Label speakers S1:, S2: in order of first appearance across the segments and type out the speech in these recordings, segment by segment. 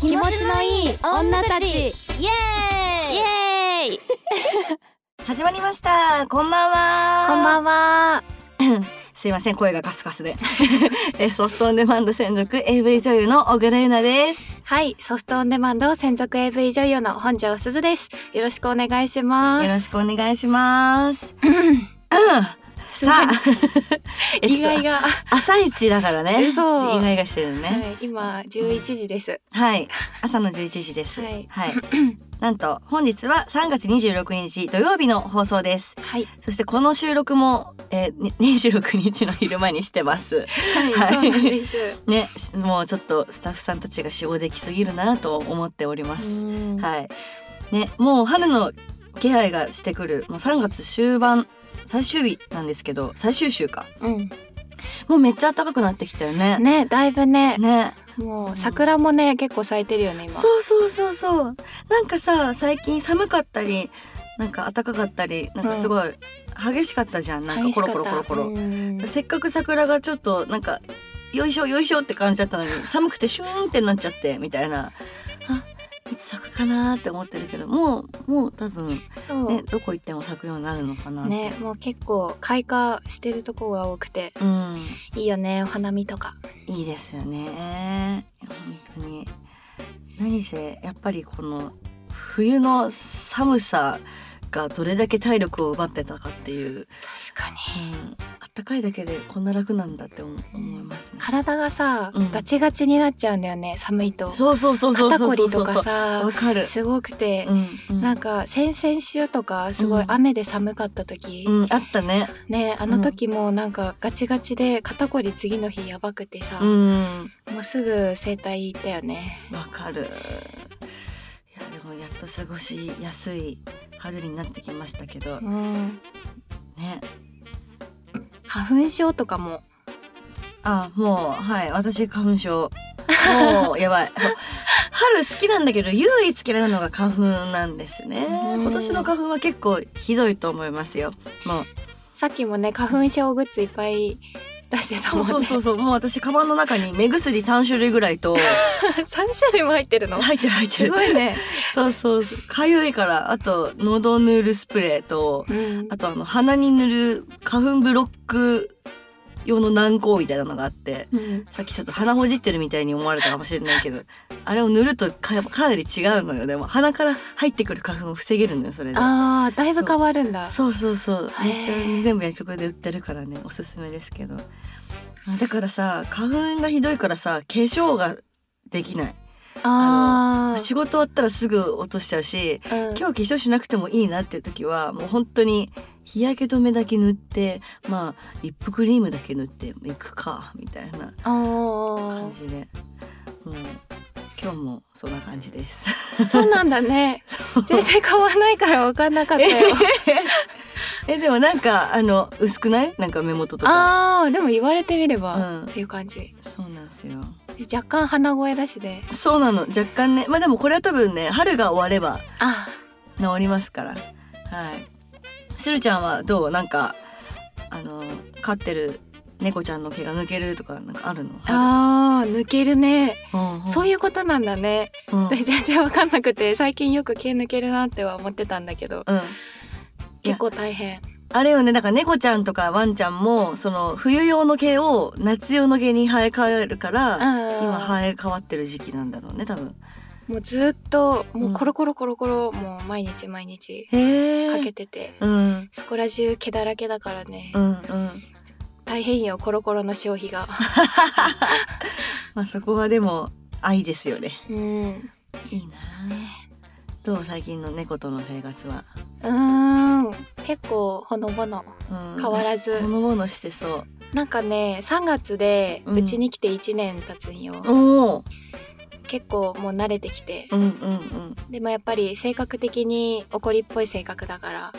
S1: 気持ちのいい女たちイエ
S2: ーイ
S1: ーイ
S2: 始まりましたこんばんは
S1: こんばんは
S2: すいません声がガスガスで えソフトオンデマンド専属 AV 女優の小倉優奈です
S1: はいソフトオンデマンド専属 AV 女優の本庄すずですよろしくお願いしま
S2: よ
S1: す
S2: ろしくお願いしますうん
S1: ごい
S2: さあ え
S1: 意
S2: ちょっ
S1: 外
S2: と
S1: が、は
S2: 朝一だからね意
S1: そう
S2: 外がしてるのね
S1: い、今11時です
S2: はい朝の11時です
S1: はい
S2: はい、なんと本日は3月26日土曜日の放送です
S1: はい、
S2: そしてこの収録も、えー、に26日の昼間にしてま
S1: は
S2: す
S1: い、
S2: はい
S1: そうなんです
S2: ねもうちょっとスタッフさんたちが死後できすぎるなと思っておりま
S1: う
S2: す、
S1: ん
S2: はいねもう春の気配がしてくるもう3月終盤最終日なんですけど最終週か
S1: うん
S2: もうめっちゃ暖かくなってきたよね
S1: ねだいぶね
S2: ね
S1: もう桜もね結構咲いてるよね今
S2: そうそうそうそうなんかさ最近寒かったりなんか暖かかったりなんかすごい激しかったじゃん、なんかコロコロコロコロ、
S1: うん
S2: せっかく桜がちょっとなんかよいしょよいしょって感じだったのに寒くてシューンってなっちゃってみたいなあいつ咲くかなーって思ってるけどもうもう多分
S1: そう
S2: ねどこ行っても咲くようになるのかなって、
S1: ね、もう結構開花してるとこが多くて
S2: うん
S1: いいよねお花見とか
S2: いいですよね本当に何せやっぱりこの冬の寒さがどれだけ体力を奪ってたかっていう、
S1: 確か
S2: うん、あったかいだけでこんな楽なんだって思思いますね。
S1: 体がさ、
S2: うん
S1: ガチガチになっちゃうんだよね寒いと
S2: そうそうそうそうそ
S1: 肩
S2: うそう
S1: こ
S2: そう
S1: りとかさ
S2: わかる。
S1: すごくて、
S2: うんうん
S1: なんか先々週とかすごい
S2: うん
S1: 雨で寒かった時、
S2: うん、あったね。
S1: ねあの時もなんかガチガチで肩こり次の日やばくてさ、
S2: うん、
S1: もうすぐ整体行ったよね
S2: わかる。いや、でも、やっと過ごしやすい春になってきましたけ
S1: う
S2: ど、
S1: ん
S2: ね。
S1: 花粉症とかも
S2: あ、もう、はい、私花 粉症。もう、やばい。そう。春好きなんだけど、唯一嫌いなのが花粉なんですね。
S1: うん
S2: 今年の花粉は結構ひどいと思いますよ。もう。
S1: さっきもね花粉症グッズいっぱい出してた
S2: そ
S1: も
S2: うん
S1: ね
S2: そうそうそう、もう私カバンの中に目薬三種類ぐらいと。
S1: 三種類も入ってるの。
S2: 入ってる入って
S1: す
S2: る
S1: ご。いね。
S2: そうそうそう、かゆいから、あと喉塗るスプレーと。
S1: うん
S2: あとあの鼻に塗る花粉ブロック用の軟膏みたいなのがあって
S1: うん、
S2: さっきちょっと鼻ほじってるみたいに思われたかもしれないけどあれを塗るとかかなり違うのよでも鼻から入ってくる花粉を防げるのよそれで
S1: ああ、だいぶ変わるんだ。
S2: そうそうそう
S1: へー
S2: めっちゃ全部薬局で売ってるからねおすすめですけどだからさ花粉がひどいからさ化粧ができない
S1: ああ、
S2: 仕事終わったらすぐ落としちゃうし
S1: うん
S2: 今日化粧しなくてもいいなっていう時はもう本当に日焼け止めだけ塗ってまあリップクリームだけ塗っていくかみたいな
S1: あ
S2: 感じで、うん、今日もそんな感じです。
S1: あ、そうなんだね。全然変わらないから分かんなかった よ。
S2: えでもなんかあの薄くないなんか目元とか。
S1: ああ、でも言われてみれ
S2: う
S1: ば、
S2: ん
S1: っ、ていう感じ。
S2: そうなんですよ
S1: 若干鼻声だしで。
S2: そうなの若干ねまあでもこれは多分ね春が終われば
S1: あ
S2: 治りますからはいするちゃんはどうなんかあの飼ってる猫ちゃんの毛が抜けるとかなんかあるの
S1: あー、抜けるね。
S2: そ
S1: そういうことなんだね。
S2: うん、うん
S1: 私全然分かんなくて、最近よく毛抜けるなっては思ってたんだけど、
S2: いや
S1: 結構大変。
S2: あれよねだから猫ちゃんとかワンちゃんもその冬用の毛を夏用の毛に生え変えるから、今
S1: 今
S2: 生え変わってる時期なんだろうね多分
S1: もうずっともううんコロコロコロコロもう毎日毎日
S2: へ
S1: かけ
S2: て
S1: てて、
S2: うん
S1: そこら中毛だらけだからね、
S2: うんうん
S1: 大変よコロコロの消費 が
S2: まあそこはでも愛ですよね
S1: うん
S2: いいなどう最近の猫との生活は、
S1: うーん結構ほのぼの
S2: うん、
S1: 変わらず、
S2: ほのぼのしてそ
S1: なんかね3月で
S2: うん
S1: うちに来て1年経つんよ、
S2: うおお
S1: 結構もう慣れてきて
S2: うんうんうん
S1: でもやっぱり性格的に怒りっぽい性格だから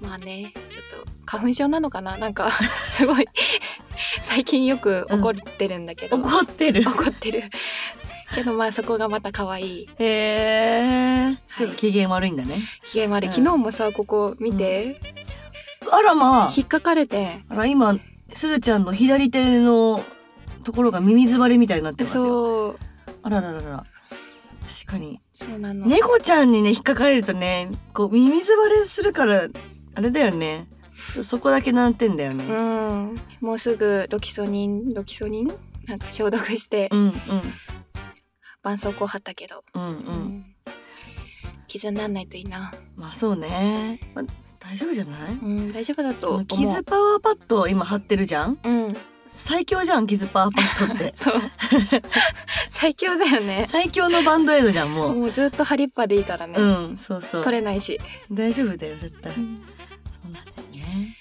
S2: う
S1: まあねちょっと花粉症なのかななん かすごい最近よく怒ってるんだけど、
S2: ん怒ってる
S1: 怒ってるけどまあそこがまた可愛い
S2: へえちょっと機嫌悪いんだね、
S1: ひげまで、
S2: うん
S1: 昨日もさここ見て、
S2: あらまあ
S1: 引っかかれて
S2: あら今すずちゃんの左手のところが耳ずばれみたいになってますよ
S1: そう
S2: あらららら確かに
S1: そうなの、
S2: 猫ちゃんにね引っかかれるとねこう耳ずばれするからあれだよねそそこだけ難点だよ
S1: う
S2: ね
S1: んもうすぐロキソニンロキソニンなんか消毒して
S2: うんうん
S1: 絆創膏貼ったけど、
S2: うんう
S1: うんん傷にならないといいな
S2: まあそうね、まあ、大丈夫じゃない
S1: うん大丈夫だと思う
S2: 傷パワーパッドを今貼ってるじゃん
S1: うん
S2: 最強じゃん傷パワーパッドっ て
S1: そう最強だよね
S2: 最強のバンドエイドじゃんもう
S1: もうずっとハリッパでいいからね、
S2: うんそうそう
S1: 取れないし、
S2: 大丈夫だよ絶対そうなんですね、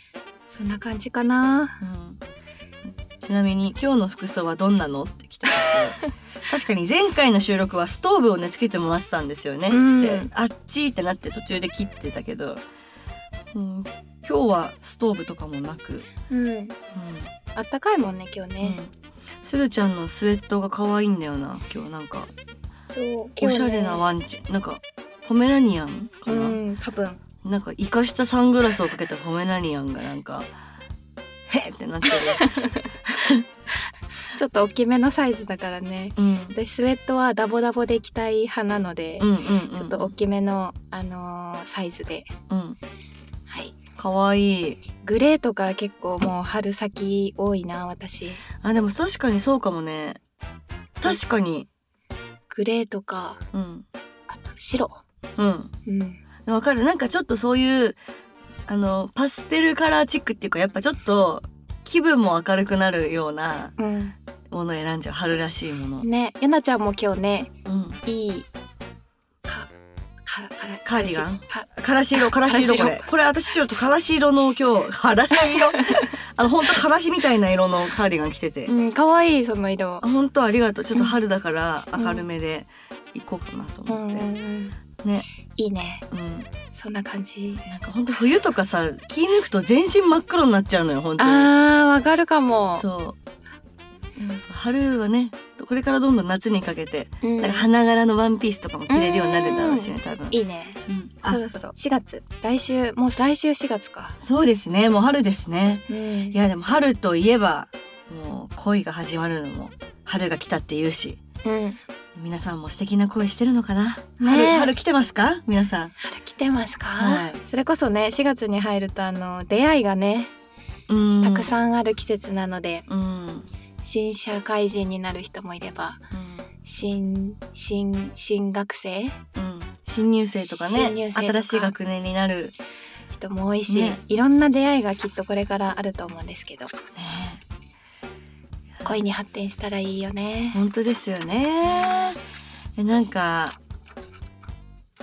S1: そんな感じかな
S2: うん、ちなみに今日の服装はどんなのって来てます けど確かに前回の収録はストーブをねつけてもらってたんですよね、
S1: うん
S2: であっちってなって途中で切ってたけど、うん、今日はストーブとかもなく、
S1: うんあったかいもんね今日
S2: うんうん
S1: ね、
S2: するちゃんのスウェットが可愛いんだよな今日なんか
S1: そう
S2: おしゃれなワンちなんかポメラニアンか
S1: う
S2: な、
S1: ん多分
S2: なんか生かしたサングラスをかけたポメラニアンがなんか「へっ!」ってなってるやつ、
S1: ちょっと大きめのサイズだからね
S2: うん、
S1: 私スウェットはダボダボで着たい派なので、
S2: うんうんうん、
S1: ちょっと大きめの、あのーサイズで、
S2: うん、
S1: はい、
S2: かわいい
S1: グレーとか結構もう春先多いな私
S2: あでも確かにそうかもね確かに
S1: グレーとか
S2: うん
S1: あと白
S2: うん
S1: うん
S2: わかるなんかちょっとそういうあのパステルカラーチックっていうかやっぱちょっと気分も明るくなるような
S1: うん
S2: ものを選んじゃう春らしいもの、
S1: ねゆなちゃんも今日ね
S2: うん、
S1: いいかかから
S2: カーディガン
S1: か
S2: からし色からし色こ
S1: からし
S2: れこれ私ちょっとからし色の今日からし色 あの本当からしみたいな色のカーディガン着てて、
S1: うん可愛いその色
S2: あ本当ありがとうちょっと春だから明るめで行こうかなと
S1: う
S2: 思
S1: ん
S2: っ
S1: う
S2: て、
S1: ん
S2: ね
S1: いいね
S2: うん、
S1: そんな感じ
S2: なんか本当冬とかさ気抜くと全身真っ黒になっちゃうのよ本当に
S1: あーわかるかも
S2: そううん春はねこれからどんどん夏にかけて
S1: う、ん
S2: なんか花柄のワンピースとかも着れるようになるだろうしね多分、
S1: いいね
S2: うん
S1: そ
S2: あ
S1: ろそろ4月来週もう来週4月か
S2: そうですねもう春ですね
S1: うん
S2: いやでも春といえばもう恋が始まるのも春が来たって言うし
S1: うん
S2: 皆さんも素敵な恋してるのかな
S1: ね
S2: 春
S1: え
S2: 春来てますか皆さん
S1: 春来てますか、
S2: はい
S1: それこそね4月に入るとあの出会いがね
S2: うん
S1: たくさんある季節なので、
S2: うん、うん
S1: 新社会人になる人もいれば新新新学生
S2: うん新入生とかね
S1: 新入生とか
S2: 新しい学年になる
S1: 人も多いし、
S2: ね
S1: いろんな出会いがきっとこれからあると思うんですけど
S2: ね
S1: 恋に発展したらいいよね。
S2: 本当ですよねえなんか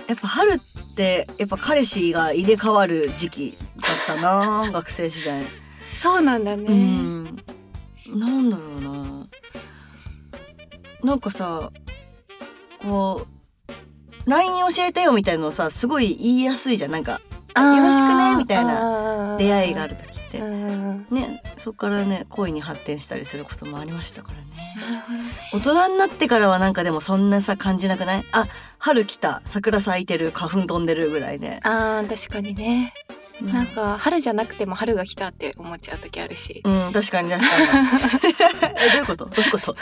S2: やっぱ春ってやっぱ彼氏が入れ替わる時期だった な学生時代、
S1: そうなんだね。
S2: うんなんだろうななんかさこう LINE 教えてよみたいのさすごい言いやすいじゃんなんか
S1: あー
S2: よろしくねみたい
S1: あー
S2: 出会いがある時って
S1: うんうんうん
S2: ねそこからね恋に発展したりすることもありましたからね
S1: なるほどね。
S2: 大人になってからはなんかでもそんなさ感じなくないあ春来た桜咲いてる花粉飛んでるぐらいで、
S1: あー確かにね、
S2: うん、
S1: なんか春じゃなくても春が来たって思っちゃう時ある し、
S2: うん確かに確かに えどういうことどういうこと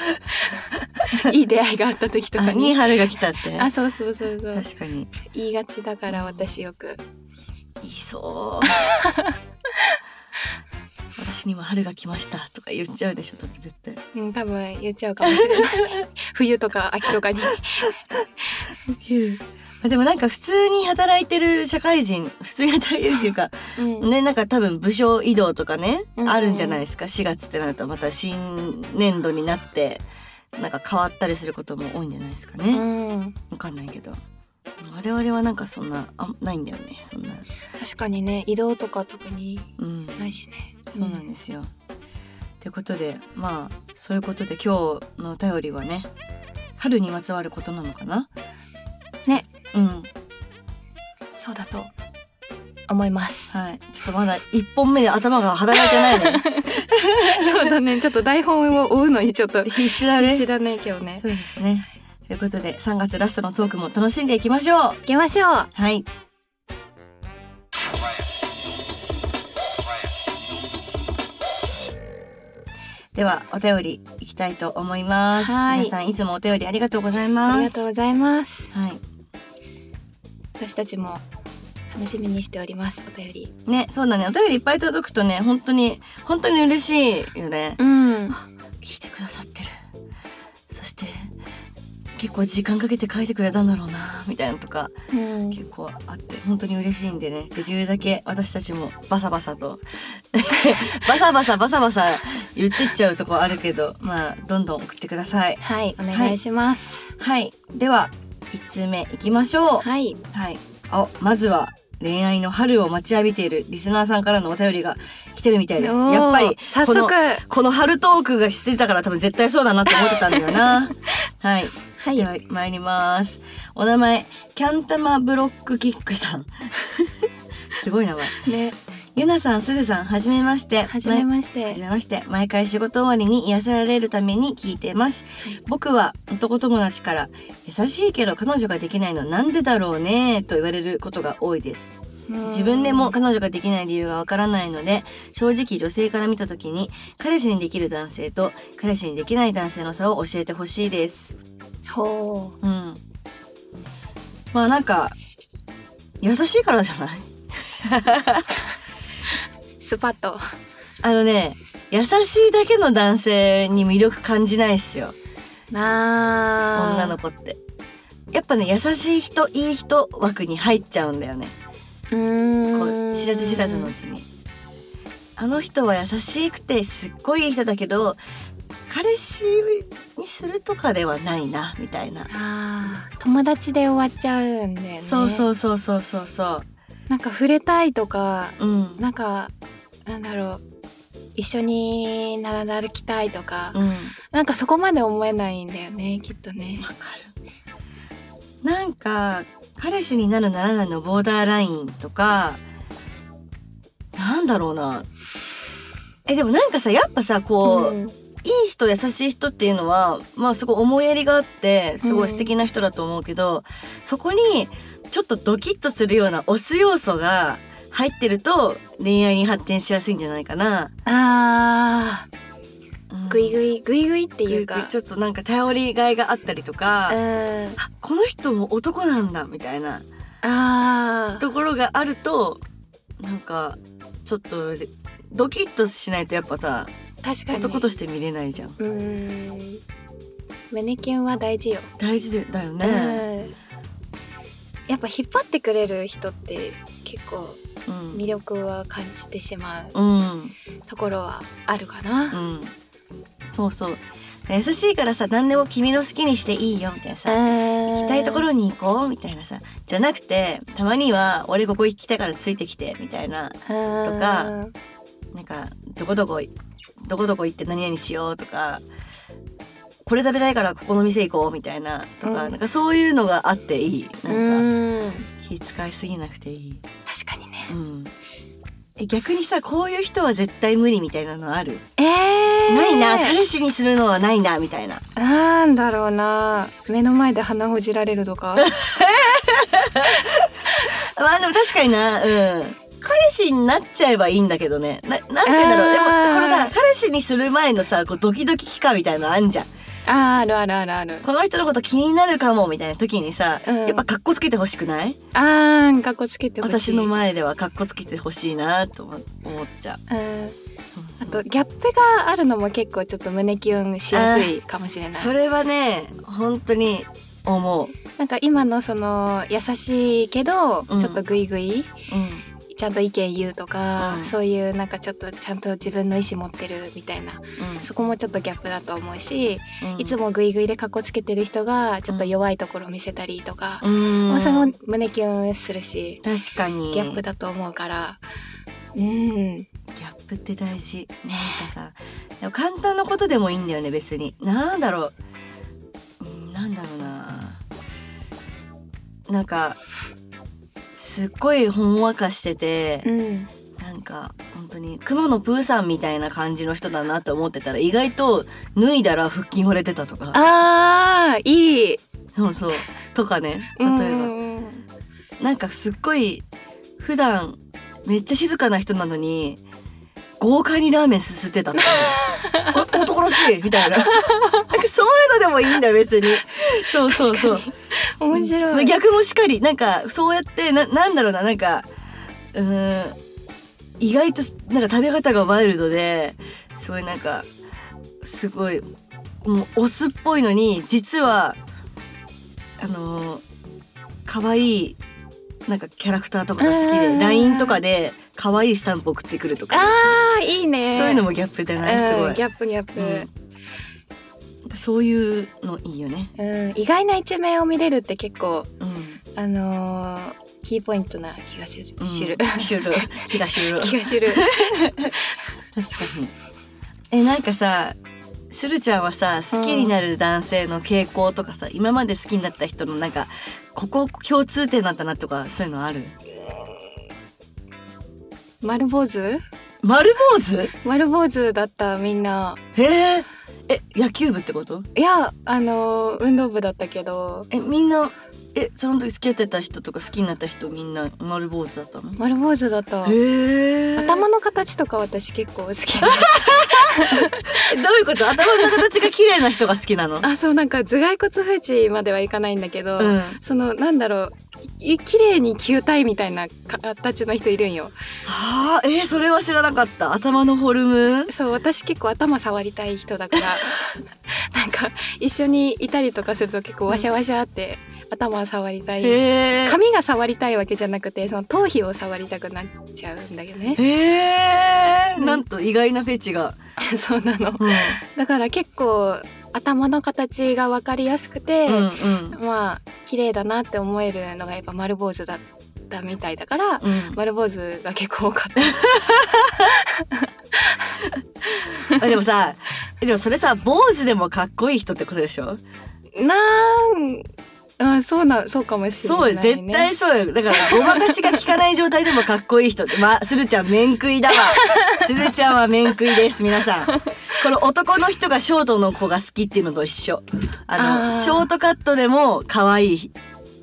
S1: いい出会いがあった時と
S2: あ
S1: か
S2: に
S1: に。
S2: 春が来たって
S1: あそうそうそうそう
S2: 確かに
S1: 言いがちだから私よく
S2: いいそう私にも春が来ましたとか言っちゃうでしょ多分絶対
S1: うん、多分言っちゃうかもしれない 冬とか秋とかに
S2: まあでもなんか普通に働いてる社会人 普通に働いてるっていうか
S1: うん
S2: ね、なんか多分部署移動とかね、
S1: うんうん
S2: あるんじゃないですか4月ってなるとまた新年度になってなんか変わったりすることも多いんじゃないですかね、わ
S1: うん、
S2: かんないけど我々はなんかそんなあないんだよねそんな、
S1: 確かにね移動とか特に
S2: うん、
S1: ないしね
S2: そうなんですよ。ってことでまあそういうことで今日のお便りはね春にまつわることなのかな
S1: ね
S2: うん
S1: そうだと思います。
S2: はいちょっとまだ1本目で頭が働いてないね
S1: そうだね、ちょっと台本を追うのにちょっと
S2: 必死だね
S1: 知らない今日ね。
S2: そうですね。ということで3月ラストのトークも楽しんでいきましょう。
S1: 行きましょう。
S2: はい。ではお便りいきたいと思います
S1: はい
S2: 皆さんいつもお便りありがとうござい
S1: あり
S2: ま
S1: が
S2: す
S1: とうございます。
S2: はい
S1: 私たちも楽しみにしております。お便り。
S2: ねそうだねお便りいっぱい届くとね本当に本当に嬉しいよね
S1: うん。
S2: 聞いてくださってるそして結構時間かけて書いてくれたんだろうなみたいなのとか
S1: うん、
S2: 結構あって本当に嬉しいんでねできるだけ私たちもバサバサと バサバサバサバサ言ってっちゃうとこあるけどまあどんどん送ってください
S1: はい、お願いします。
S2: はいでは1通目いきましょう
S1: はい。
S2: はいあまずは恋愛の春を待ちわびているリスナーさんからのお便りが来てるみたいです
S1: おー
S2: やっぱり
S1: 早
S2: こ
S1: 速
S2: のこの春トークがしてたから多分絶対そうだなって思ってたんだ よなはい
S1: はい
S2: では参りますお名前キャンタマブロックキックさん すごい名前
S1: ね、
S2: ゆなさんすずさんはじめまして
S1: はじめまし
S2: はじ
S1: て。
S2: めまして毎回仕事終わりに癒されるために聞いてます僕は男友達から優しいけど彼女ができないのなんでだろうねと言われることが多いです
S1: うん
S2: 自分でも彼女ができない理由がわからないので正直女性から見た時に彼氏にできる男性と彼氏にできない男性の差を教えてほしいです
S1: ほ、
S2: うんまあなんか優しいからじゃないう
S1: スパッと。
S2: あのね優しいだけの男性に魅力感じないっすよ
S1: なあ。
S2: 女の子ってやっぱね優しい人いい人枠に入っちゃうんだよね
S1: うー
S2: こ
S1: ん。
S2: う知らず知らずのうちにあの人は優しくてすっごいいい人だけど彼氏にするとかではないなみたいな、
S1: あー友達で終わっちゃうんだよね。
S2: そう
S1: う。
S2: そうそうそうそうそ
S1: なんか触れたいとか、
S2: ううん
S1: なんかなんだろう。一緒に並んで歩きたいとか、
S2: うんわ
S1: なんかそこまで思えないんだよね、きっとね。
S2: かるなんか彼氏になるならないのボーダーラインとかなんだろうなえでもなんかさやっぱさこう、
S1: ん
S2: いい人優しい人っていうのはまあすごい思いやりがあってすごい素敵な人だと思うけど、そこにちょっとドキッとするようなオス要素が入ってると恋愛に発展しやすいんじゃないかな。
S1: あ
S2: うん
S1: あ、ぐいぐいぐいぐいって
S2: ぐい
S1: いうか。
S2: ちょっとなんか頼りがいがあったりとか、
S1: う
S2: あ
S1: ん。
S2: この人も男なんだみたいな
S1: ああ。
S2: ところがあるとなんかちょっとドキッとしないとやっぱさ
S1: 確かに。
S2: 男として見れないじゃん。
S1: うーん。胸キュンは大事よ。
S2: 大事でだよ
S1: う
S2: ね。
S1: ん。やっぱ引っ張ってくれる人って結構
S2: うん
S1: 魅力は感じてしまう
S2: うん
S1: ところはあるか
S2: う
S1: な。
S2: ん、そうそう優しいからさ何でも君の好きにしていいよみたいなさ
S1: 行
S2: 行きたいところに行こうみたいなさじゃなくてたまには俺ここ行きたいからついてきてみたいな
S1: と
S2: か。なんかどこどこどこどこ行って何々しようとかこれ食べたいからここの店行こうみたいなとか、
S1: うん
S2: なんかそういうのがあっていいうなんか
S1: ーん。
S2: 気遣いすぎなくていい、
S1: 確かにね。
S2: うん、え逆にさこういう人は絶対無理みたいなのある、
S1: えー。
S2: ないな彼氏にするのはないなみたいな
S1: なんだろうな。目の前で鼻ほじられると か。
S2: まあでも確かにな、うん。彼氏になっちゃえばいいんだけどね。な、なんて言うんだろう。でも、
S1: あー
S2: このさ、彼氏にする前のさ、こうドキドキ期間みたいなのあんじゃん。
S1: あーあるあるあるある。
S2: この人のこと気になるかもみたいな時にさ、
S1: うん
S2: やっぱ格好つけてほしくない
S1: あーん、かっこつけてほしい。
S2: 私の前では格好つけてほしいなと思思っちゃう。
S1: うん。あ
S2: そ
S1: と
S2: う
S1: ギャップがあるのも結構ちょっと胸キュンしやすいかもしれない
S2: そ。れはね、本当に思う。
S1: なんか今のその優しいけど、
S2: うん
S1: ちょっとグイグイ
S2: うん。
S1: ちゃんと意見言うとか、
S2: うん
S1: そういうなんかちょっとちゃんと自分の意思持ってるみたいなそこもちょっとギャップだと思うし、
S2: うん。
S1: いつもグイグイでかっこつけてる人がちょっと弱いところ見せたりとか、
S2: うん。
S1: まあそれも胸キュンするし、
S2: 確かに。
S1: ギャップだと思うからうん
S2: ギャップって大事なんかさでも簡単なことでもいいんだよね別になんだろう、うん、なんだろうななんかすっごいほんわかしてて、
S1: うん
S2: なんか本当に雲のプーさんみたいな感じの人だなと思ってたら意外と脱いだら腹筋割れてたとか
S1: あーいい
S2: そうそうとかね例
S1: う
S2: えば、
S1: んうん
S2: なんかすっごい普段めっちゃ静かな人なのに豪快にラーメンすすってたとかお男らしいみたいななんかそういうのでもいいんだ別にそうそうそう
S1: 面白い。
S2: 逆もしかりなんかそうやってななんだろうななんかうーん意外となんか食べ方がワイルドですごいなんかすごいもうオスっぽいのに実はあのー可愛いなんかキャラクターとかが好
S1: うん
S2: き
S1: うんう
S2: で
S1: ん
S2: LINE とかで可愛いスタンプ送ってくるとか
S1: ああいいね。
S2: そういうのもギャップじゃないすご
S1: うん
S2: い
S1: ギャップギャップ。
S2: そういうのいいよね。
S1: うん、意外な一面を見れるって結構
S2: うん、
S1: あのーキーポイントな気がし
S2: うん
S1: 知る、
S2: 知 る気が知る
S1: 気が知る。
S2: 確かにえなんかさするちゃんはさ好きになる男性の傾向とかさ、今まで好きになった人のなんかここ共通点だったなとかそういうのある
S1: 丸坊主？
S2: 丸坊主
S1: 丸坊主だったみんな。
S2: へーえ野球部ってこと
S1: いやあのー運動部だったけど
S2: えみんなえその時付き合ってた人とか好きになった人みんな丸坊主だったの
S1: 丸坊主だった。
S2: へえ
S1: 頭の形とか私結構好 き。
S2: えどういうこと頭の形が綺麗な人が好きなの
S1: あそうなんか頭蓋骨フェチまではいかないんだけど、
S2: うん
S1: そのなんだろうい綺麗に球体みたいな形の人いるんよ
S2: あーえーそれは知らなかった頭のフォルム
S1: そう私結構頭触りたい人だから なんか一緒にいたりとかすると結構ワシャワシャって頭触りたい、
S2: へえ
S1: 髪が触りたいわけじゃなくてその頭皮を触りたくなっちゃうんだよね
S2: へえ、
S1: うん
S2: なんと意外なフェチが。
S1: そうなの
S2: うん、
S1: だから結構頭の形が分かりやすくて、
S2: うん、うん、
S1: まあ綺麗だなって思えるのがやっぱ丸坊主だったみたいだから
S2: うん。
S1: 丸坊主が結構多かった。
S2: あでもさ、でもそれさ、坊主でもかっこいい人ってことでしょ。
S1: なん、あ、そうな、そうかもしれ
S2: そ
S1: な
S2: う
S1: い、ね。
S2: よ、絶対そうよ。だからごまかしが効かない状態でもかっこいい 人って、まあ、スルちゃん面食い だわ。スルちゃんは面食いです、皆さん。この男の人がショートの子が好きっていうのと一緒。あの
S1: あー
S2: ショートカットでも可愛い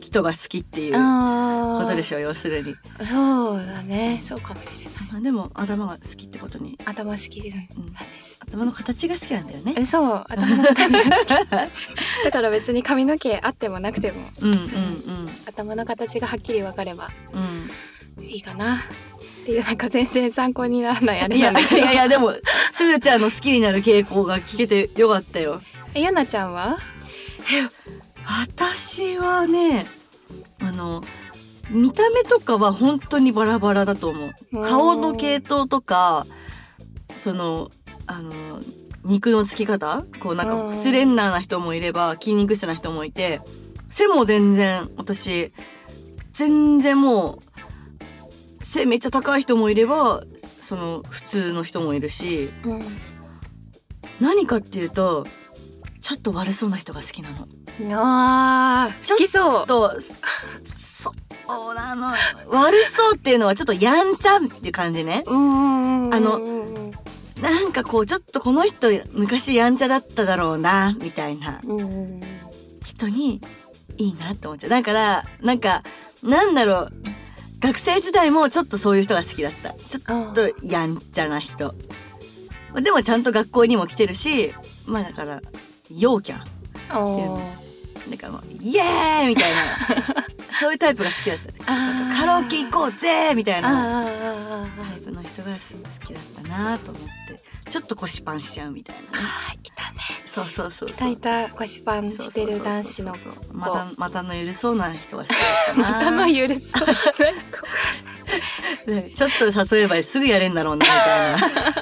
S2: 人が好きっていう
S1: あ
S2: ことで
S1: し
S2: しょ、要するに。
S1: ょ。そうだね、そうかもしれない。
S2: まあでも頭が好きってことに、
S1: 頭好きでなん
S2: うん、
S1: です。
S2: 頭の形が好きなんだよね。
S1: え、そう、頭の形 が好きだから別に髪の毛あってもなくても、
S2: うんうん
S1: 頭の形がはっきり分かれば
S2: うん
S1: いいかな。っていうなんか全然参考にならないあ
S2: うん。
S1: れ
S2: い
S1: な
S2: や
S1: んだ
S2: い
S1: けど。
S2: やいやでもすずちゃんの好きになる傾向が聞けてよかったよ。
S1: えやなちゃんは。
S2: 私はねあの見た目とかは本当にバラバラだと思う。顔の系統とかそのあの肉のつき方こうな
S1: うんん
S2: かスレンダーな人もいれば筋肉質な人もいて背も全然私全然もう背めっちゃ高い人もいればその普通の人もいるし
S1: うん。
S2: 何かっていうとちょっと悪そうな人が好きなの。
S1: なあ、好きそう。
S2: とそそうなのよ悪そうっていうのはちょっとやんちゃんっていう感じね。
S1: うん。
S2: あの
S1: うん
S2: なんかこうちょっとこの人昔やんちゃだっただろうなみたいな
S1: うんうん。
S2: 人にいいなって思っちゃうだからなんかなんだろう学生時代もちょっとそういう人が好きだったちょ
S1: あ
S2: っとやんちゃな人まあでもちゃんと学校にも来てるしまあだから陽キャン
S1: あ。
S2: なんかもうイエーイみたい なそういうタイプが好きだったなんかカラオケ行こうぜみたいな
S1: ああ
S2: タイプの人が好きだったなと思ってちょっと腰パンしちゃうみたいなね
S1: あいたね
S2: そうそうそう
S1: い
S2: そ
S1: た
S2: う
S1: いた腰パンしてる男子の
S2: そうそうそうそうまたまたの緩そうな人が好きだったな
S1: またの許す
S2: ちょっと誘えばすぐやれんだろうなみたいな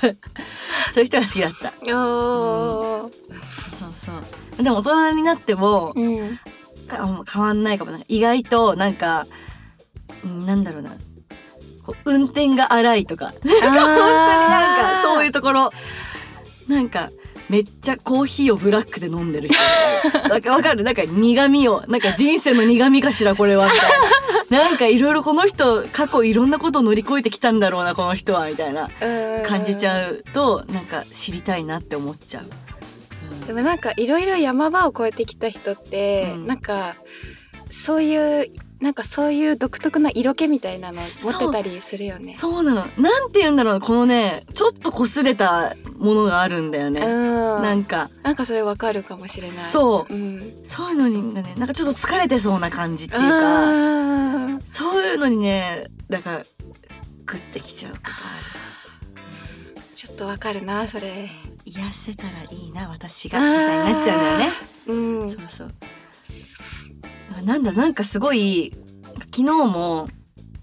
S2: そういう人が好きだった
S1: おー
S2: そうそうでも大人になっても
S1: うん
S2: あもう変わんないかもなんか意外となんかうんなんだろうなこう運転が荒いとか本
S1: 本当に
S2: 当になんかそういううところなんかめっちゃコーヒーをブラックで飲んでる人なんかわかるなんか苦味をなんか人生の苦味かしらこれはみたいななんかいろいろこの人過去いろんなことを乗り越えてきたんだろうなこの人はみたいな感じち
S1: う
S2: ゃうとなんか知りたいなって思っちゃう。
S1: んでもなんかいろいろ山場を越えてきた人って、
S2: うん
S1: なんかそういうなんかそういう独特な色気みたいなの持ってたりするよね。
S2: そうなのなんて言うんだろうこのねちょっと擦れたものがあるんだよ
S1: う
S2: ね、
S1: ん、
S2: なんか
S1: なんかそれわかるかもしれない。
S2: そう
S1: う。うん。
S2: そういうのにねなんかちょっと疲れてそうな感じっていうか
S1: あー
S2: そういうのにねなんかグッてきちゃうことあ
S1: ちょっとわかるなそれ。
S2: る癒せたらいいな私がみたいになっちゃうんだよね
S1: うん。
S2: そうそうなんだろうなんかすごい昨日も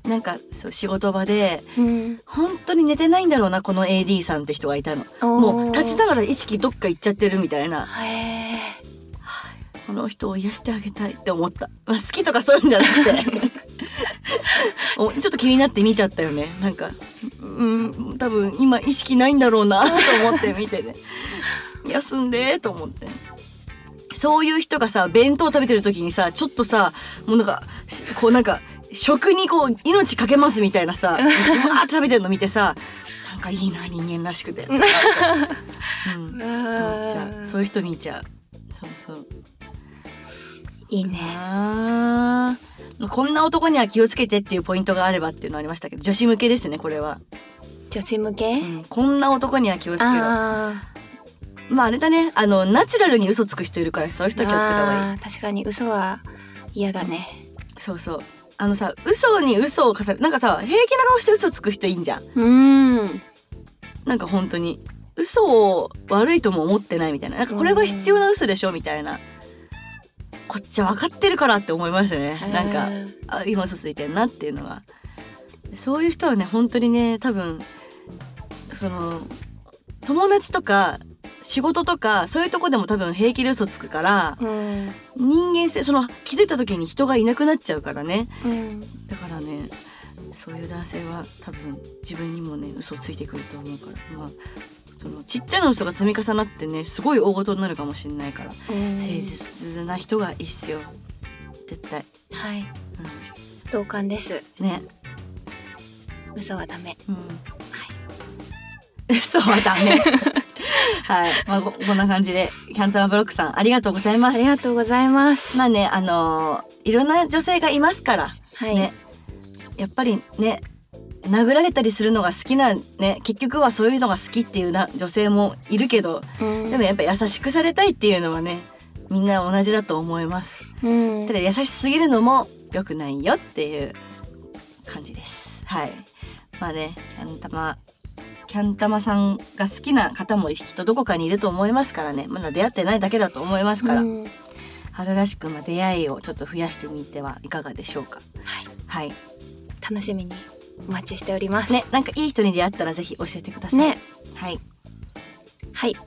S2: なんかそう仕事場で
S1: うん。
S2: 本当に寝てないんだろうなこの AD さんって人がいたのもう立ち
S1: っ
S2: ながら意識どっか行っちゃってるみたいな
S1: へ
S2: この人を癒してあげたいって思った、まあ、好きとかそういうんじゃなくておちょっと気になって見ちゃったよねなんかうん多分今意識ないんだろうなと思って見てね休んでと思ってそういう人がさ弁当食べてる時にさちょっとさもうなんかしこうなんか食にこう命かけますみたいなさうわーって食べてるの見てさなんかいいな人間らしくて、うん
S1: え。、
S2: 見ちゃ
S1: あ
S2: うそういう人見ちゃうそうそう
S1: いいね。
S2: ねこんな男には気をつけてっていうポイントがあればっていうのありましたけど女子向けですねこれは、
S1: 女子向け
S2: う。ん、こんな男には気をつけろ
S1: あー
S2: まああれだねあのナチュラルに嘘つく人いるからそういう人は気をつけた方がいい
S1: あー確かに嘘は嫌だね。
S2: そうそうあのさ嘘に嘘を重ねなんかさ平気な顔して嘘つく人いいんじゃん
S1: うん。
S2: なんか本当に嘘を悪いとも思ってないみたいななんかこれは必要な嘘でしょみたいなこっちは分かってるからって思いましたねなんかあ今嘘ついてんなっていうのがそういう人はね本当にね多分その友達とか仕事とかそういうとこでも多分平気で嘘つくから
S1: うん。
S2: 人間性その気づいた時に人がいなくなっちゃうからね
S1: うん。
S2: だからねそういう男性は多分自分にもね嘘ついてくると思うからまあそのちっちゃな嘘が積み重なってねすごい大事になるかもしれないから
S1: うん
S2: 誠実な人がいいっすよ絶対、
S1: はい。
S2: う
S1: 同感です。
S2: ん、ね
S1: 嘘はダメ。
S2: はい。 そうだね。はい、まあ、ここんな感じで、キャンタマブロックさん、ありがとうございま
S1: あ
S2: す。
S1: りがとうございます。
S2: まあね、あのーいろんな女性がいますから、
S1: はい。
S2: ね。やっぱりね、殴られたりするのが好きなね、結局はそういうのが好きっていうな女性もいるけど、
S1: うん
S2: でもやっぱ優しくされたいっていうのはね、みんな同じだと思います。
S1: うん
S2: ただ優しすぎるのも良くないよっていう感じです。はい。まあね、キャンタマ、キャンタマさんが好きな方もきっとどこかにいると思いますからね。まだ出会ってないだけだと思いますから、
S1: うん
S2: 春らしくまあ出会いをちょっと増やしてみてはいかがでしょうか。
S1: はい。
S2: はい。
S1: 楽しみにお待ちしております。
S2: ね、なんかいい人に出会ったらぜひ教えてください。
S1: ね。
S2: はい。
S1: はい。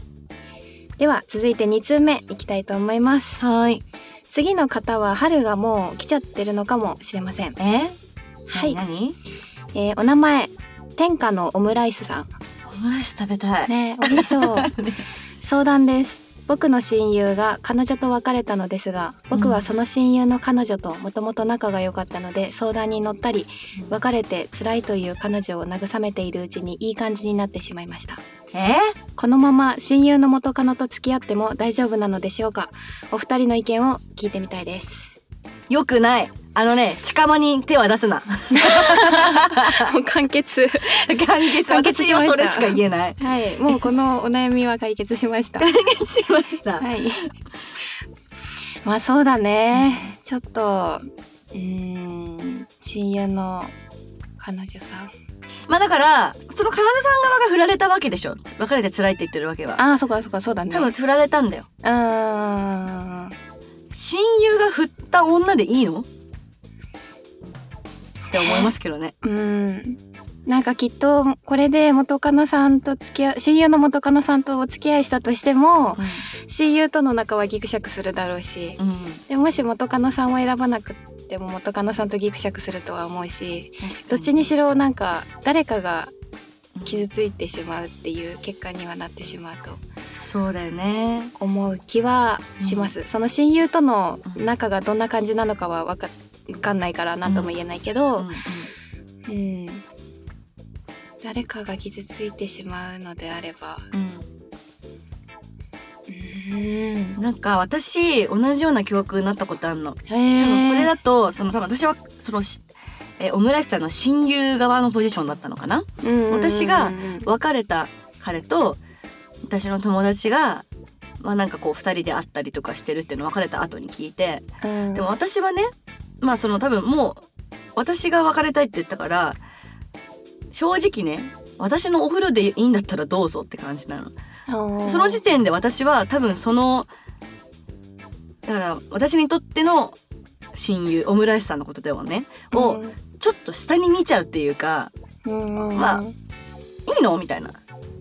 S1: では続いて2通目いきたいと思います。
S2: はい。
S1: 次の方は春がもう来ちゃってるのかもしれません。
S2: え
S1: はい
S2: 何
S1: えーお名前天下のオムライスさん。
S2: 々オムライス食べた い。
S1: ね、美味しそう。相談です。僕の親友が彼女と別れたのですが僕はその親友の彼女ともともと仲が良かったので相談に乗ったり別れて辛いという彼女を慰めているうちにいい感じになってしまいました
S2: え
S1: このまま親友の元カノと付き合っても大丈夫なのでしょうかお二人の意見を聞いてみたいです
S2: よくない。あのね、近場に手は出す な。
S1: もう 完結
S2: 完結
S1: 完結
S2: 私
S1: しま
S2: は
S1: した
S2: それしか言えない
S1: はいもうこのお悩みは解決しました
S2: 完結しました
S1: はい まあそうだねちょっとうーん親友の彼女さん
S2: まあだからその彼女さん側が振られたわけでしょ別れて辛いって言ってるわけは
S1: ああそうかそうかそうだね
S2: 多分振られたんだよ
S1: うーん
S2: 親友が振った女でいいのって思いますけどね
S1: うんなんかきっとこれで元カノさんと付き合い親友の元カノさんとお付き合いしたとしても親友との仲はギクシャクするだろうし
S2: うん、
S1: でもし元カノさんを選ばなくても元カノさんとギクシャクするとは思うしどっちにしろなんか誰かが傷ついてしまうっていう結果にはなってしまうと
S2: そうだよね
S1: 思う気はします、その親友との仲がどんな感じなのかはわかわかんないから何とも言えないけど、
S2: うん
S1: うん、誰かが傷ついてしまうのであれば、
S2: うん
S1: うーうん
S2: なんか私同じような教育になったことあるの。
S1: へ
S2: 多分これ
S1: え
S2: だとその多分私はそのしえーオムライスさんの親友側のポジションだったのかな。私が別れた彼と私の友達がまあなんかこう2人で会ったりとかしてるっていうのを別れた後に聞いてでも私はねまあその多分もう私が別れたいって言ったから正直ね私のお風呂でいいんだったらどうぞって感じなの。
S1: そ
S2: その時点で私は多分そのだから私にとっての親友オムライスさんのことでもねをちょっと下に見ちゃうっていうかまあいいのみたいな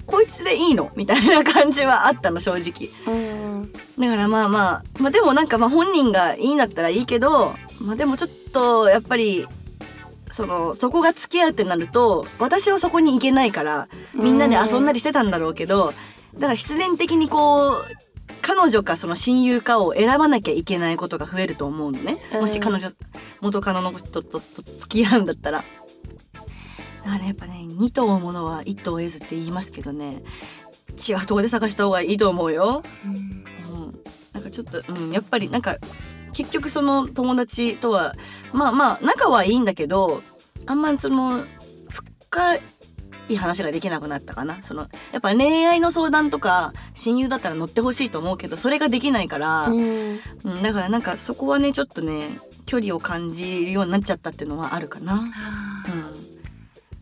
S2: こいつでいいのみたいな感じはあったの正直だからまあまあまあでもなんかまあ本人がいいんだったらいいけどまあでもちょっとやっぱりそのそこが付き合うってなると私はそこに行けないからみんなで遊んだ
S1: り
S2: りしてたんだろうけどだから必然的にこう彼女かその親友かを選ばなきゃいけないことが増えると思うのねもし彼女元カノの人とと付き合うんだったら。だからねやっぱね2頭をものは1頭を得ずって言いますけどね違うとこで探した方がいいと思うよ。うん、なんかちょっと、うん、やっぱりなんか結局その友達とはまあまあ仲はいいんだけどあんまりその深い話ができなくなったかなそのやっぱ恋愛の相談とか親友だったら乗ってほしいと思うけどそれができないから、うんだからなんかそこはねちょっとね距離を感じるようになっちゃったっていうのはあるかな。うん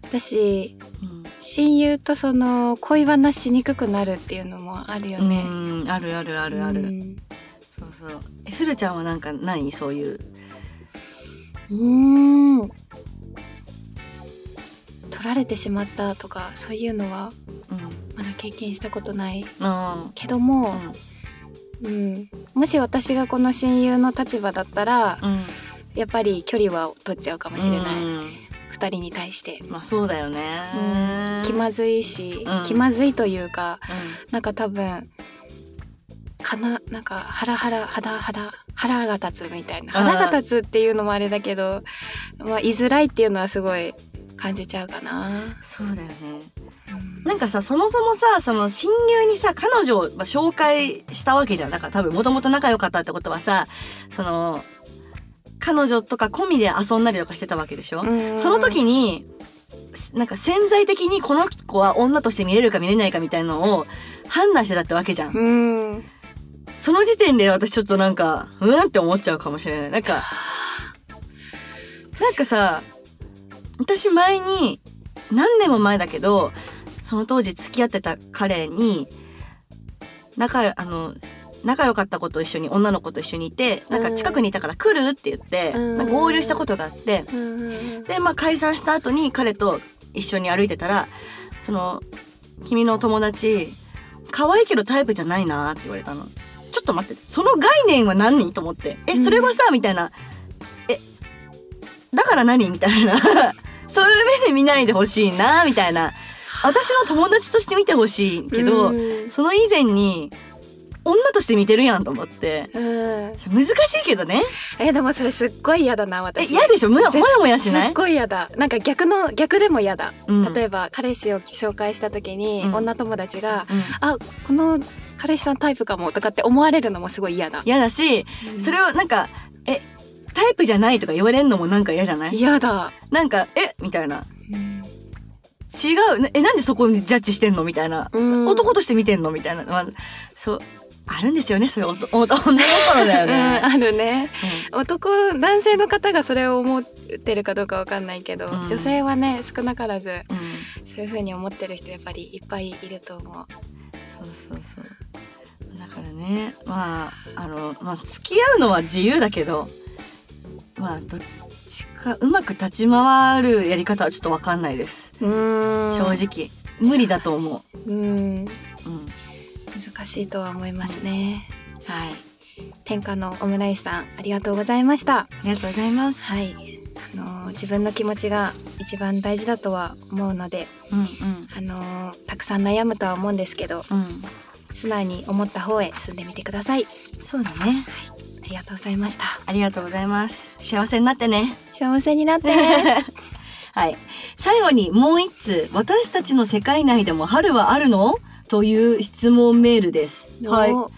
S1: 私
S2: うん
S1: 親友とその恋話しにくくなるっていうのもあるよね。
S2: うんあるあるあ
S1: あ
S2: るある、そうそうえするちゃんはなんかないそういう
S1: うん。うん取られてしまったとかそういうのは
S2: うん
S1: まだ経験したことない
S2: あ
S1: けど
S2: ー
S1: も、うん、もし私がこの親友の立場だったら
S2: うんうん
S1: やっぱり距離は取っちゃうかもしれない、
S2: うん
S1: 2人に対して
S2: まあそうだよね。
S1: 気まずいし、
S2: うん
S1: 気まずいというかなんか多分かななんかハラハラハラハラ腹が立つみたいな
S2: あー
S1: 腹が立つっていうのもあれだけど、まあ、居づらいっていうのはすごい感じちゃうかな。
S2: そうだよね。
S1: うん
S2: なんかさそもそもさその親友にさ彼女をまあ紹介したわけじゃん。だから多分もともと仲良かったってことはさその彼女とか込みで遊んだりとかしてたわけでしょ。
S1: うん
S2: その時になんか潜在的にこの子は女として見れるか見れないかみたいのを判断してたってわけじゃん。
S1: うん
S2: その時点で私ちょっとなんかうーんって思っちゃうかもしれない。なんかなんかさ私前に何年も前だけどその当時付き合ってた彼に仲よあの仲良かった子と一緒に女の子と一緒にいてなんか近くにいたから来るって言って、
S1: うん
S2: なんか合流したことがあって
S1: うん
S2: で、まあ、解散した後に彼と一緒に歩いてたら「その君の友達可愛いけどタイプじゃないな」って言われたの。ちょっと待ってその概念は何と思って「えそれはさ」みたいな「えだから何?」みたいな そういう目で見ないでほしいなみたいな私の友達として見てほしいけど、
S1: うん
S2: その以前に女として見てるやんと思って
S1: うん
S2: 難しいけどね
S1: えでもそれすっごい嫌だな
S2: え
S1: 私
S2: 嫌でしょもやもやもやしな
S1: すっ
S2: い、
S1: ごい嫌だなんか逆の逆でも嫌だ、
S2: うん
S1: 例えば彼氏を紹介した時に、
S2: うん
S1: 女友達が
S2: うん
S1: 「あこの彼氏さんタイプかも」とかって思われるのもすごい嫌だ
S2: 嫌だしそれをなんか「えタイプじゃない」とか言われるのもなんか嫌じゃない
S1: 嫌だ、
S2: なんか「えみたい
S1: う
S2: な「違うなえなんでそこにジャッジしてんの?」みたいな、
S1: ん
S2: 男として見てんの?」みたいな、まあ、そうあるんですよねそういうおとお女心だよ
S1: うん
S2: ね。
S1: あるね
S2: うん
S1: 男男性の方がそれを思ってるかどうかわかんないけど、
S2: うん
S1: 女性はね少なからず
S2: うん
S1: そういう風に思ってる人やっぱりいっぱいいると思う。
S2: そうそうそうだからねまああの、まあ、付き合うのは自由だけどまあどっちかうまく立ち回るやり方はちょっと分かんないです、正直無理だと思
S1: うん
S2: う、うん、
S1: 難しいとは思いますね。
S2: はい
S1: 天下のオムライスさんありがとうございました。
S2: ありがとうございます
S1: はい、あのー自分の気持ちが一番大事だとは思うので、
S2: うんうん
S1: あのーたくさん悩むとは思うんですけど、
S2: う
S1: 素直に思った方へ進んでみてください。
S2: ん、そうだね。
S1: ありがとうございました。
S2: ありがとうございます。幸せになって ね。
S1: 幸せにな ってね。
S2: はい。最後にもう一通、私たちの世界内でも春はあるのという質問メールです。はい。
S1: お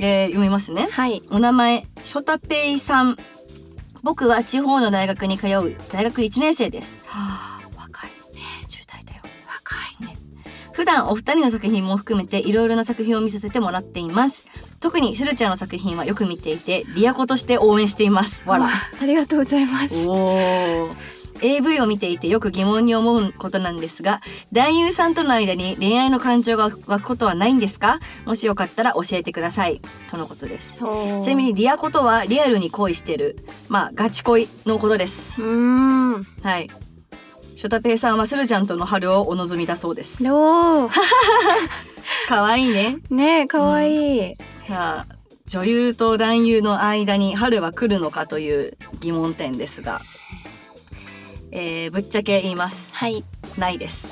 S2: えー読みますね
S1: はい
S2: お名前ショタペイさん僕は地方の大学に通う大学1年生ですはあ若いね10代だよ
S1: 若い
S2: 普段お二人の作品も含めていろいろな作品を見させてもらっています特にスルちゃんの作品はよく見ていてリア子として応援していますわら
S1: ありがとうございます
S2: おお AV を見ていてよく疑問に思うことなんですが男優さんとの間に恋愛の感情が湧くことはないんですかもしよかったら教えてくださいとのことです
S1: ちな
S2: ちなみにリアコとはリアルに恋してるまあガチ恋のことで
S1: う
S2: す
S1: ーん
S2: はいショタペイさんはスルちゃんとの春をお望みだそうです
S1: どう
S2: 可愛いね
S1: ねえかわいい、
S2: さあ女優と男優の間に春は来るのかという疑問点ですが、えー、ぶっちゃけ言います
S1: はい
S2: ないです、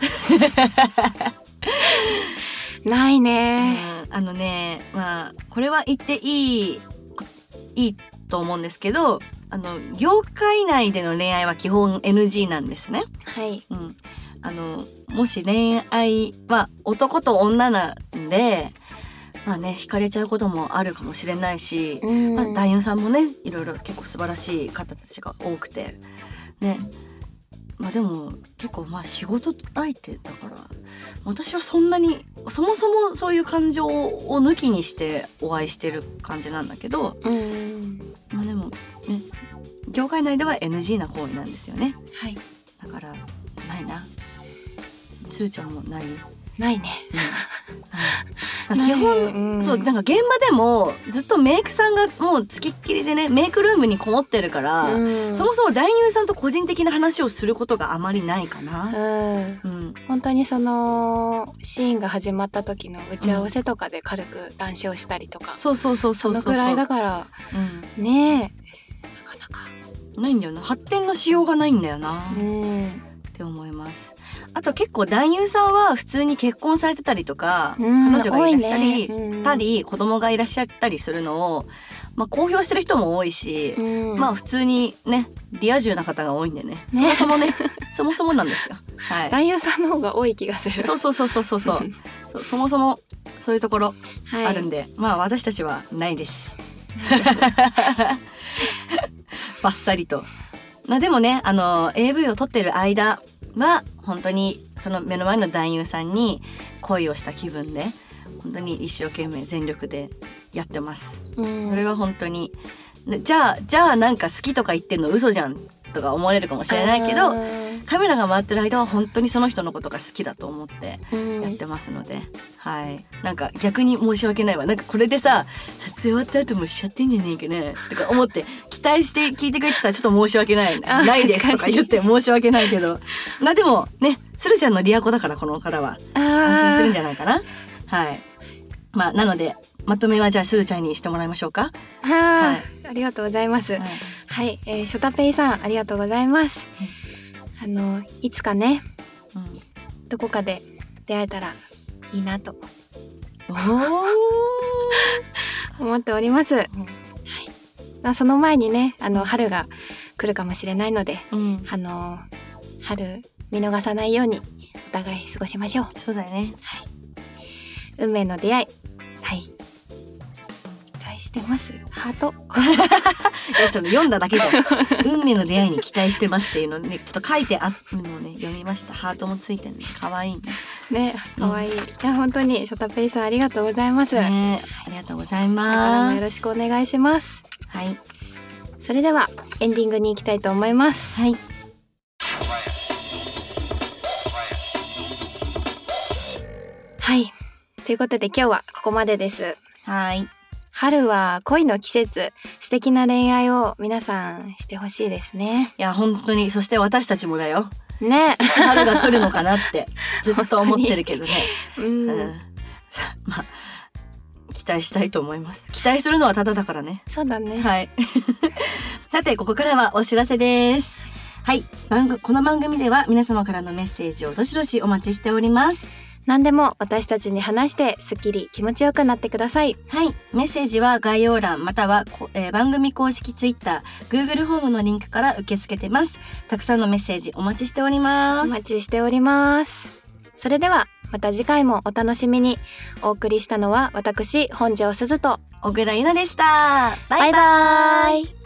S1: ない
S2: うん
S1: ね、
S2: あのねまあこれは言っていいいいと思うんですけどあの業界内での恋愛は基本 NG なんですね、
S1: はい
S2: うん、あのもし恋愛は男と女なんでまあね惹かれちゃうこともあるかもしれないし、
S1: うん、
S2: まあ、男優さんもねいろいろ結構素晴らしい方たちが多くてねまあでも結構まあ仕事相手だから私はそんなにそもそもそういう感情を抜きにしてお会いしてる感じなんだけど
S1: うん
S2: まあでもね業界内では NG な行為なんですよね
S1: はい
S2: だからないなつーちゃんもない、うん
S1: ないね
S2: ないまあ基本
S1: 本
S2: そうなんか現場でもずっとメイクさんがもうつきっきりでねメイクルームにこもってるから、
S1: うん
S2: そもそも男優さんと個人的な話をすることがあまりないかな。
S1: うん
S2: うん、
S1: 本当にそのシーンが始まった時の打ち合わせとかで軽く談笑したりとか、
S2: そうそうそう
S1: そ
S2: そ
S1: う
S2: そ
S1: の
S2: うそ
S1: く
S2: う。
S1: らいだから
S2: う
S1: ねえなかなか
S2: ん、ないんだよな発展のしようがないんだよな、
S1: う
S2: っ
S1: ん
S2: て思います。あと結構男優さんは普通に結婚されてたりとか、
S1: うん
S2: 彼女がいらっしゃり、
S1: 多いねうん
S2: たり子供がいらっしゃったりするのを、まあ、公表してる人も多いし、
S1: うん
S2: まあ普通にねリア充な方が多いん でねそも
S1: ね
S2: そもねそもそもなんですよ。はい、
S1: 男優さんの方が多い気がする
S2: そうそうそうそうそうそうそうそもそもそういうところ
S1: はい
S2: あるんで、まあ私たちはない です。バッサリと。まあでもね、あの AV を撮ってる間は本当にその目の前の男優さんに恋をした気分で本当に一生懸命全力でやってます。
S1: うん
S2: それが本当にでじゃあじゃあなんか好きとか言ってんの嘘じゃんとか思われるかもしれないけ
S1: う
S2: ど。
S1: ん
S2: カメラが回ってる間は本当にその人のことが好きだと思ってやってますので、はいなんか逆に申し訳ないわなんかこれでさ撮影終わった後もしちゃってんじゃねえかなとか思って期待して聞いてくれてたらちょっと申し訳ない
S1: あ
S2: ないですとか
S1: 確かに
S2: 言って申し訳ないけどまあでもねスルちゃんのリア子だからこの方は安心
S1: あ
S2: するん
S1: ー
S2: じゃないかなはいまあなのでまとめはじゃあすずちゃんにしてもらいましょうか、
S1: あ
S2: はい
S1: ーありがとうございます
S2: はい
S1: はい、えー、ショタペイさんありがとうございますあのいつかね
S2: うん
S1: どこかで出会えたらいいなと
S2: おー
S1: 思っておりますまあ、その前にねあの春が来るかもしれないので
S2: うん、
S1: あの春見逃さないようにお互い過ごしましょう
S2: そうだよね
S1: 運命の出会いはい期待してますハート
S2: え、その読んだだけじゃん。 運命の出会いに期待してますっていうのね、ちょっと書いてあるのをね、読みました。ハートもついてるね、可愛いね。
S1: ね可愛いい,、いや本当にショタペイさんありがとうございます、
S2: ね、ありがとうござい
S1: これからも
S2: ま
S1: よ
S2: す。
S1: ろしくお願いします
S2: はい、
S1: それではエンディングに行きたいと思います
S2: はい、
S1: はいということで今日はここまでです
S2: はい、
S1: 春は恋の季節素敵な恋愛を皆さんしてほしいですね
S2: いや、本当に、そして私たちもだよ。
S1: ね
S2: 春が来るのかな って、ずっと思ってるけどね。
S1: うん
S2: うん、まあ、期待したいと思います。期待するのはただだからね。
S1: そうだね、
S2: はい。さて、ここからはお知らせです。はい。番組、この番組では皆様からのメッセージをどしどしお待ちしております。
S1: 何でも私たちに話してすっきり気持ちよくなってください
S2: はい。メッセージは概要欄またはこ、えー番組公式 Twitter、Google ホームのリンクから受け付けてます。たくさんのメッセージお待ちしておりま
S1: お
S2: す。
S1: 待ちしておりますそれではまた次回もお楽しみにお送りしたのは私本庄すずと
S2: 小倉優奈でしたバイバイ
S1: バイバイ